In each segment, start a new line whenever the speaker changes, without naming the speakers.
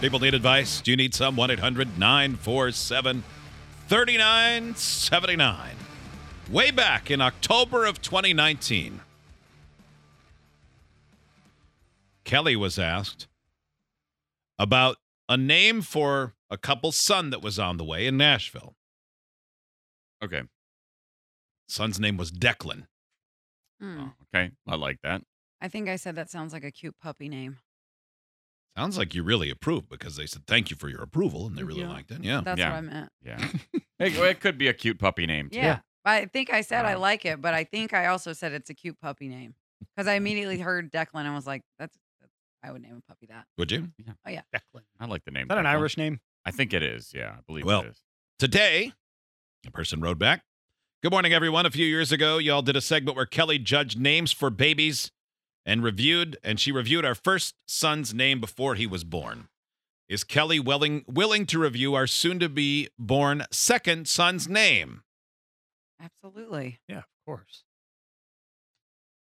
People need advice. Do you need some? 1 800 947 3979. Way back in October of 2019, Kelly was asked about a name for a couple's son that was on the way in Nashville.
Okay.
Son's name was Declan.
Hmm.
Oh, okay. I like that.
I think I said that sounds like a cute puppy name.
Sounds like you really approved because they said thank you for your approval and they really
Yeah.
liked it. Oh, Yeah.
That's
Yeah.
what I meant.
Yeah. it, it could be a cute puppy name. Too.
Yeah. I think I said I
Uh,
Wow.
like it, but I think I also said it's a cute puppy name because I immediately heard Declan and was like, that's, that's I would name a puppy that.
Would you?
Declan.
I like the name.
Is that an
Declan.
Irish name?
I think it is. Yeah. I believe
Well,
it is.
Today, a person wrote back Good morning, everyone. A few years ago, y'all did a segment where Kelly judged names for babies and reviewed, and she reviewed our first son's name before he was born. Is Kelly willing, willing to review our soon to be born second son's name?
Absolutely.
Yeah, of course.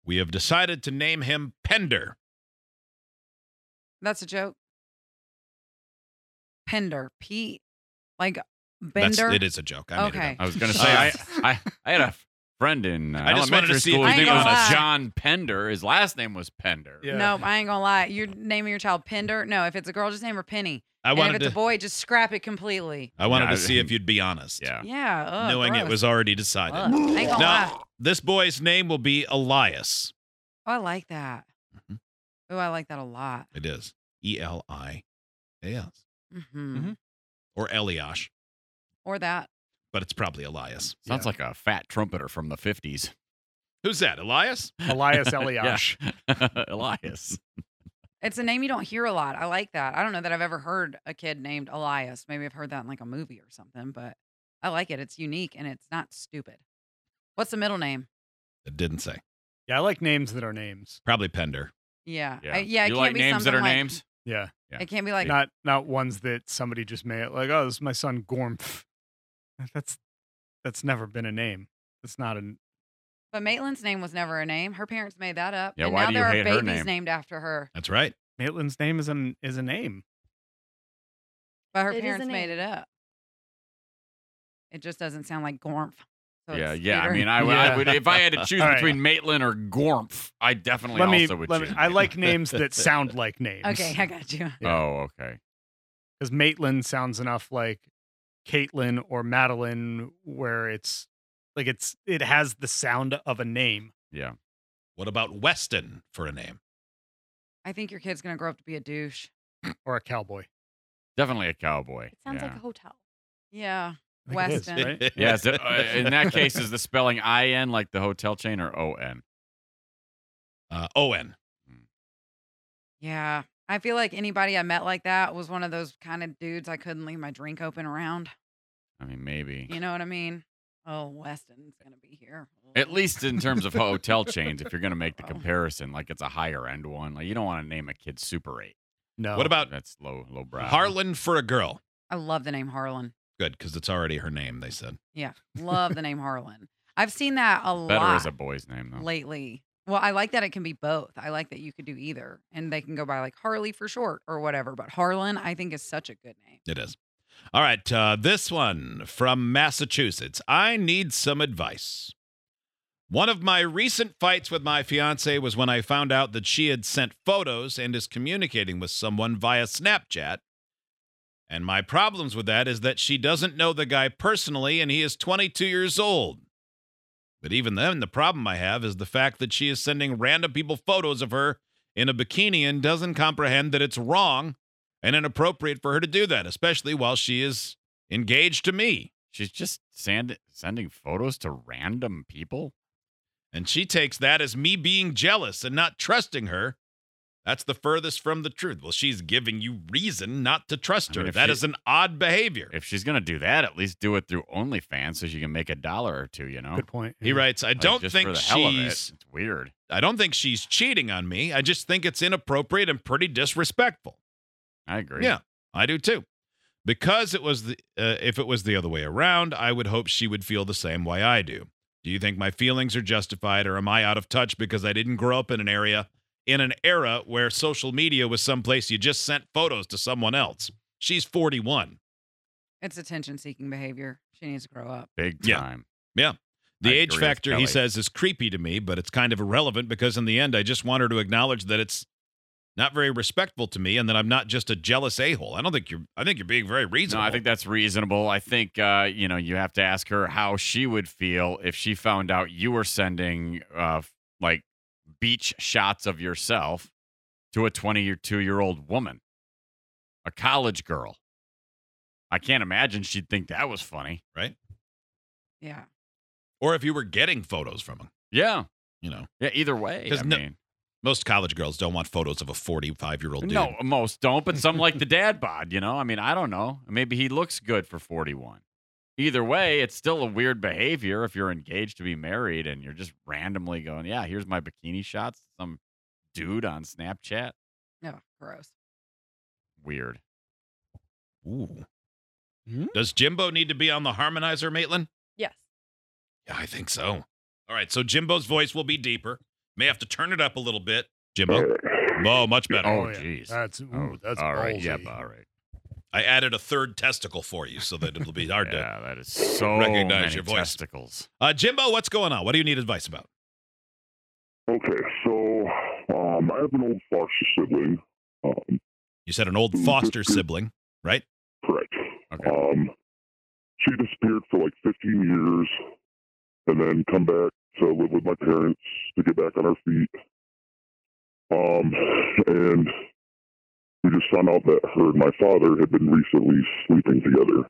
We have decided to name him Pender.
That's a joke. Pender. P. Like
That's,
Bender.
it is a joke. I made
Okay.
it up.
I was gonna say I, I I had a friend in uh,
I just wanted
elementary
to see if
school.
you'd
His
be
name was
honest.
John Pender. His last name was Pender.
Yeah.
Nope, I ain't gonna lie. You're naming your child Pender. No, if it's a girl, just name her Penny.
I
and if
wanted
it's a
to,
boy, just scrap it completely.
I wanted
Yeah,
to
I-
see if you'd be honest.
Yeah.
Yeah. ugh,
Knowing it
Oh, gross.
was already
Ugh,
decided.
I ain't gonna lie.
Now, this boy's name will be Elias.
Oh, I like that.
Mhm.
Mm-hmm.
Oh, I like that a lot.
It is E L I A S
hmm
Mm-hmm.
Mhm.
or Eliash,
Or that.
but it's probably Elias.
Sounds like a fat trumpeter from the fifties.
Who's that? Elias?
Elias Eliash.
Elias.
It's a name you don't hear a lot. I like that. I don't know that I've ever heard a kid named Elias. Maybe I've heard that in like a movie or something, but I like it. It's unique and it's not stupid. What's the middle name?
It didn't say.
Yeah, I like names that are names.
Probably Pender.
Yeah. I-
Yeah.
yeah it
you
can't
like
be
names that
something
are
like-
names?
Yeah.
Yeah.
It can't be like,
Not not ones that somebody just made like, oh, this is my son Gormf. That's that's never been a name. That's not an
but Maitland's name was never a name. Her parents made that up.
Yeah,
and
why
now
do you
there
hate
are
her
babies
name?
named after her,
That's right.
Maitland's name is an is a name.
but her
It is a
parents made it
name.
up. It just doesn't sound like Gormf. So
yeah,
it's
yeah. I
cuter.
mean, I, would
Oh, Yeah.
I would if I had to choose
All right.
between Maitland or Gormph, I definitely
Let me,
also would
let me
choose.
I like
Maitland.
names that sound like names.
Okay, I got you.
Yeah.
Oh, okay.
Because Maitland sounds enough like Caitlin or Madeline where it's like it's it has the sound of a name.
Yeah.
What about Weston for a name?
I think your kid's gonna grow up to be a douche.
Or a cowboy.
Definitely a cowboy.
It sounds
yeah.
like a hotel.
Yeah.
I think it is,
Weston.
right?
Yeah, so, uh, in that case, is the spelling I N like the hotel chain or O N?
uh, Owen.
Yeah. I feel like anybody I met like that was one of those kind of dudes I couldn't leave my drink open around.
I mean, maybe.
You know what I mean? Oh, Weston's gonna be here.
At least in terms of hotel chains, if you're going to make the
Oh.
comparison, like it's a higher end one, like you don't want to name a kid Super Eight.
No.
What about
That's low, low brow.
Harlan for a girl?
I love the name Harlan.
Good, because it's already her name, they said.
Yeah. Love the name Harlan. I've seen that a
better
lot
as a boy's name though.
lately. Well, I like that it can be both. I like that you could do either. And they can go by like Harley for short or whatever. But Harlan, I think, is such a good name.
It is. All right. Uh, this one from Massachusetts. I need some advice. One of my recent fights with my fiance was when I found out that she had sent photos and is communicating with someone via Snapchat And my problems with that is that she doesn't know the guy personally and he is 22 years old. But even then, the problem I have is the fact that she is sending random people photos of her in a bikini and doesn't comprehend that it's wrong and inappropriate for her to do that, especially while she is engaged to me.
She's just sand- sending photos to random people.
And she takes that as me being jealous and not trusting her. That's the furthest from the truth. Well, she's giving you reason not to trust
I mean,
her.
if
That
she-
is an odd behavior.
If she's gonna do that, at least do it through OnlyFans so she can make a dollar or two. You know,
Good point.
he writes, I
Like,
don't
just for
think
the hell of it.
she's
It's weird.
I don't think she's cheating on me. I just think it's inappropriate and pretty disrespectful.
I agree.
Yeah, I do too. Because it was the uh, if it was the other way around, I would hope she would feel the same way I do. Do you think my feelings are justified or am I out of touch because I didn't grow up in an area in an era where social media was someplace you just sent photos to someone else? She's 41.
It's attention seeking behavior. She needs to grow up.
big
Yeah.
time.
The
I
age
agree with
factor, he
Kelly.
says, is creepy to me, but it's kind of irrelevant because in the end, I just want her to acknowledge that it's not very respectful to me and that I'm not just a jealous a hole. I don't think you're. I think you're being very reasonable.
No, I think that's reasonable. I think uh, you know you have to ask her how she would feel if she found out you were sending uh, f- like beach shots of yourself to a 22 year old woman, a college girl. I can't imagine she'd think that was funny.
Yeah.
or if you were getting photos from him,
Yeah,
you know,
yeah. Either way,
'Cause
I
no-
mean,
most college girls don't want photos of a 45 year old dude.
no, most don't, but some like the dad bod. You know, I mean, I don't know. Maybe he looks good for 41. Either way, it's still a weird behavior if you're engaged to be married and you're just randomly going, "Yeah, here's my bikini shots." to Some dude on Snapchat.
No, gross.
Weird.
Ooh.
Hmm?
Does Jimbo need to be on the harmonizer, Maitland?
Yes.
Yeah, I think so. All right, so Jimbo's voice will be deeper. May have to turn it up a little bit. Jimbo. Oh, much better.
Oh, jeez. Oh,
That's ooh, that's
all right.
ballsy.
Yep. All right.
I added a third testicle for you so that it'll be hard to
Yeah, that is so
Recognize
many
your voice.
testicles.
Uh, Jimbo, what's going on? What do you need advice about?
Okay, so um, I have an old foster sibling. Um,
You said an old foster sibling, right?
correct.
Okay.
Um, she disappeared for like 15 years, and then come back to live with my parents to get back on her feet. Um, and we just found out that her and my father had been recently sleeping together.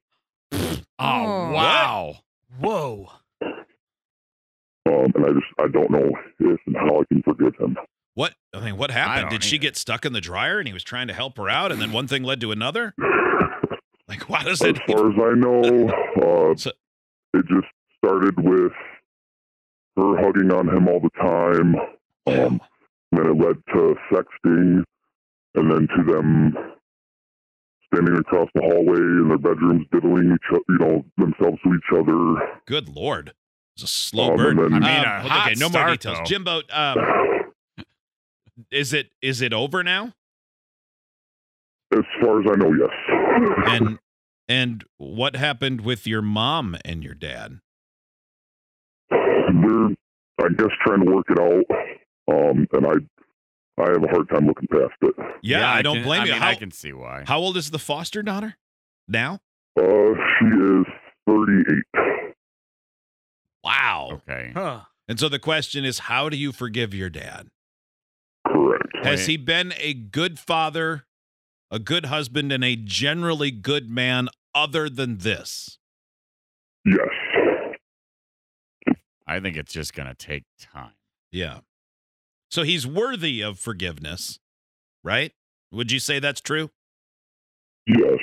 Oh,
Oh.
wow.
Whoa.
Um, and I just I don't know if and how I can forgive him.
What I mean, what
I
happened?
don't
Did she
either.
get stuck in the dryer and he was trying to help her out, and then one thing led to another? Like, why does
As
it?
far as I know, uh,
So-
it just started with her hugging on him all the time. Um, then it led to sexting, and then to them standing across the hallway in their bedrooms, diddling each o- you know, themselves to each other.
Good lord, it's a slow
Um,
burn.
and
I
then,
Um,
mean, a
okay,
hot
no more
start,
details.
though.
Jimbo, um, is it is it over now?
as far as I know, yes.
And and what happened with your mom and your dad?
We're, I guess, trying to work it out. Um, and I, I have a hard time looking past it.
Yeah, I, don't
can-
blame
I
you.
mean,
how,
I can see why.
how old is the foster daughter now?
Uh, she is 38.
Wow.
Okay.
Huh.
And so the question is, how do you forgive your dad?
Correct.
Has
Wait.
he been a good father, a good husband, and a generally good man other than this?
Yes.
I think it's just gonna take time.
Yeah. So he's worthy of forgiveness, right? Would you say that's true?
Yes.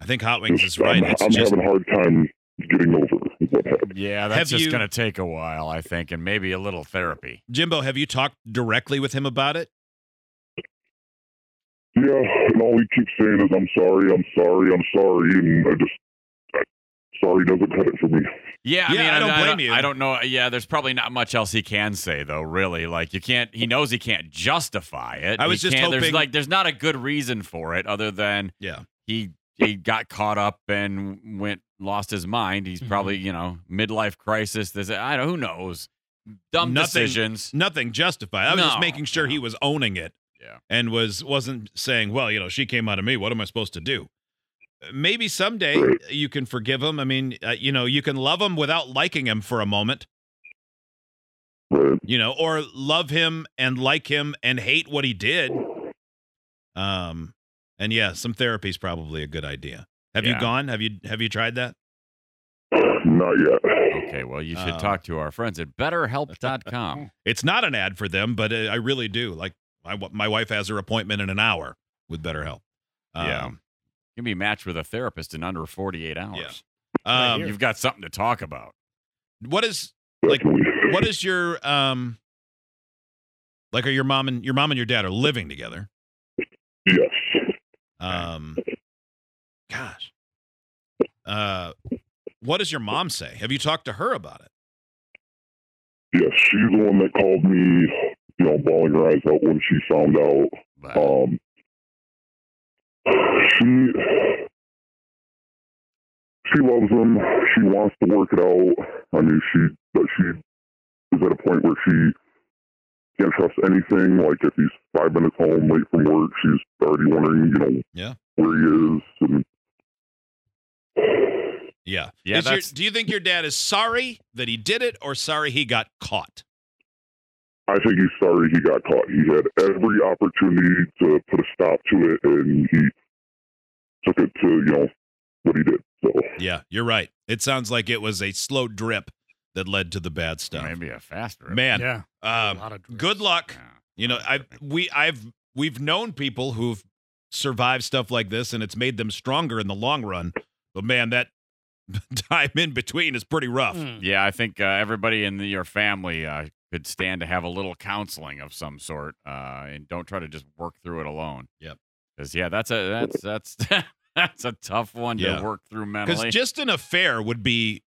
I think Hot Wings is
I'm,
right. It's
I'm
just
having a hard time getting over what happened.
Yeah,
Have
that's just
you-
gonna take a while, I think, and maybe a little therapy.
Jimbo, have you talked directly with him about it?
Yeah, and all he keeps saying is, I'm sorry, I'm sorry, I'm sorry, and I just, I, sorry doesn't cut it for me.
Yeah, I
Yeah,
mean,
I don't
I,
blame you.
I don't know. Yeah, there's probably not much else he can say, though. Really, like you can't. He knows he can't justify it.
I was
He
just
can't- There's
hoping-
like, there's not a good reason for it other than
Yeah.
he he got caught up and went lost his mind.
Mm-hmm.
He's probably you know midlife crisis. This I don't. Who knows? Dumb
Nothing-
decisions.
Nothing justified. I was just
No,
making sure he
no.
was owning it.
Yeah.
And was wasn't saying, well, you know, she came out of me. What am I supposed to do? Uh, maybe someday
Right.
you can forgive him. I mean, uh, you know, you can love him without liking him for a moment,
Right.
you know, or love him and like him and hate what he did. Um, and yeah, some therapy's probably a good idea. Have you
Yeah.
gone? Have you have you tried that?
Not yet.
Okay, well, you should
Uh,
talk to our friends at betterhelp.com.
It's not an ad for them, but uh, I really do. Like my w- my wife has her appointment in an hour with BetterHelp. Um,
Yeah. You can be matched with a therapist in under 48 hours.
Right
Um,
here.
You've got something to talk about.
what is Like,
Definitely.
what is your um like are your mom and your mom and your dad are living together?
yes.
Um, gosh. Uh, what does your mom say? Have you talked to her about it?
Yes, she's the one that called me, you know, bawling her eyes out when she found out.
But
Um, she she loves him. She wants to work it out. I mean, she but she is at a point where she can't trust anything. Like if he's five minutes home late from work, she's already wondering, you know,
Yeah.
where he is. And
Yeah.
Yeah,
Is your-
that's-
do you think your dad is sorry that he did it or sorry he got caught?
I think he's sorry he got caught. He had every opportunity to put a stop to it, and he took it to you know what he did. So
Yeah, you're right. It sounds like it was a slow drip that led to the bad stuff.
maybe a faster.
Man,
yeah. a
um,
lot of drugs.
good luck.
Yeah.
You know, I we I've we've known people who've survived stuff like this and it's made them stronger in the long run. But man, that time in between is pretty rough.
Mm.
Yeah, I think uh, everybody in the, your family uh, could stand to have a little counseling of some sort, uh, and don't try to just work through it alone.
Yep.
Because yeah, that's a that's that's that's a tough one
Yeah.
to work through
Because
mentally.
just an affair would be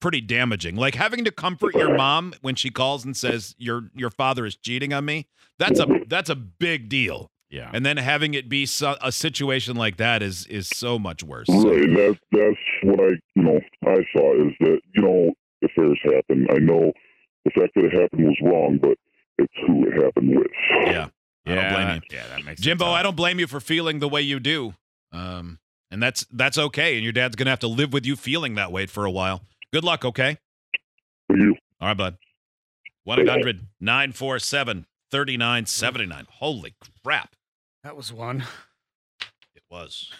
pretty damaging. Like having to comfort your mom when she calls and says your your father is cheating on me. That's a that's a big deal.
yeah.
And then having it be so, a situation like that is is so much worse. So,
Right. That's that's what I you know I saw is that you know affairs happen. I know the fact that it happened was wrong, but it's who it happened with.
yeah, I don't blame you,
Yeah, that makes
Jimbo.
It tough.
I don't blame you for feeling the way you do. Um, and that's that's okay. And your dad's gonna have to live with you feeling that way for a while. Good luck. Okay.
For you.
All right, bud. 1 800 947 3979. Holy crap.
That was one.
It was.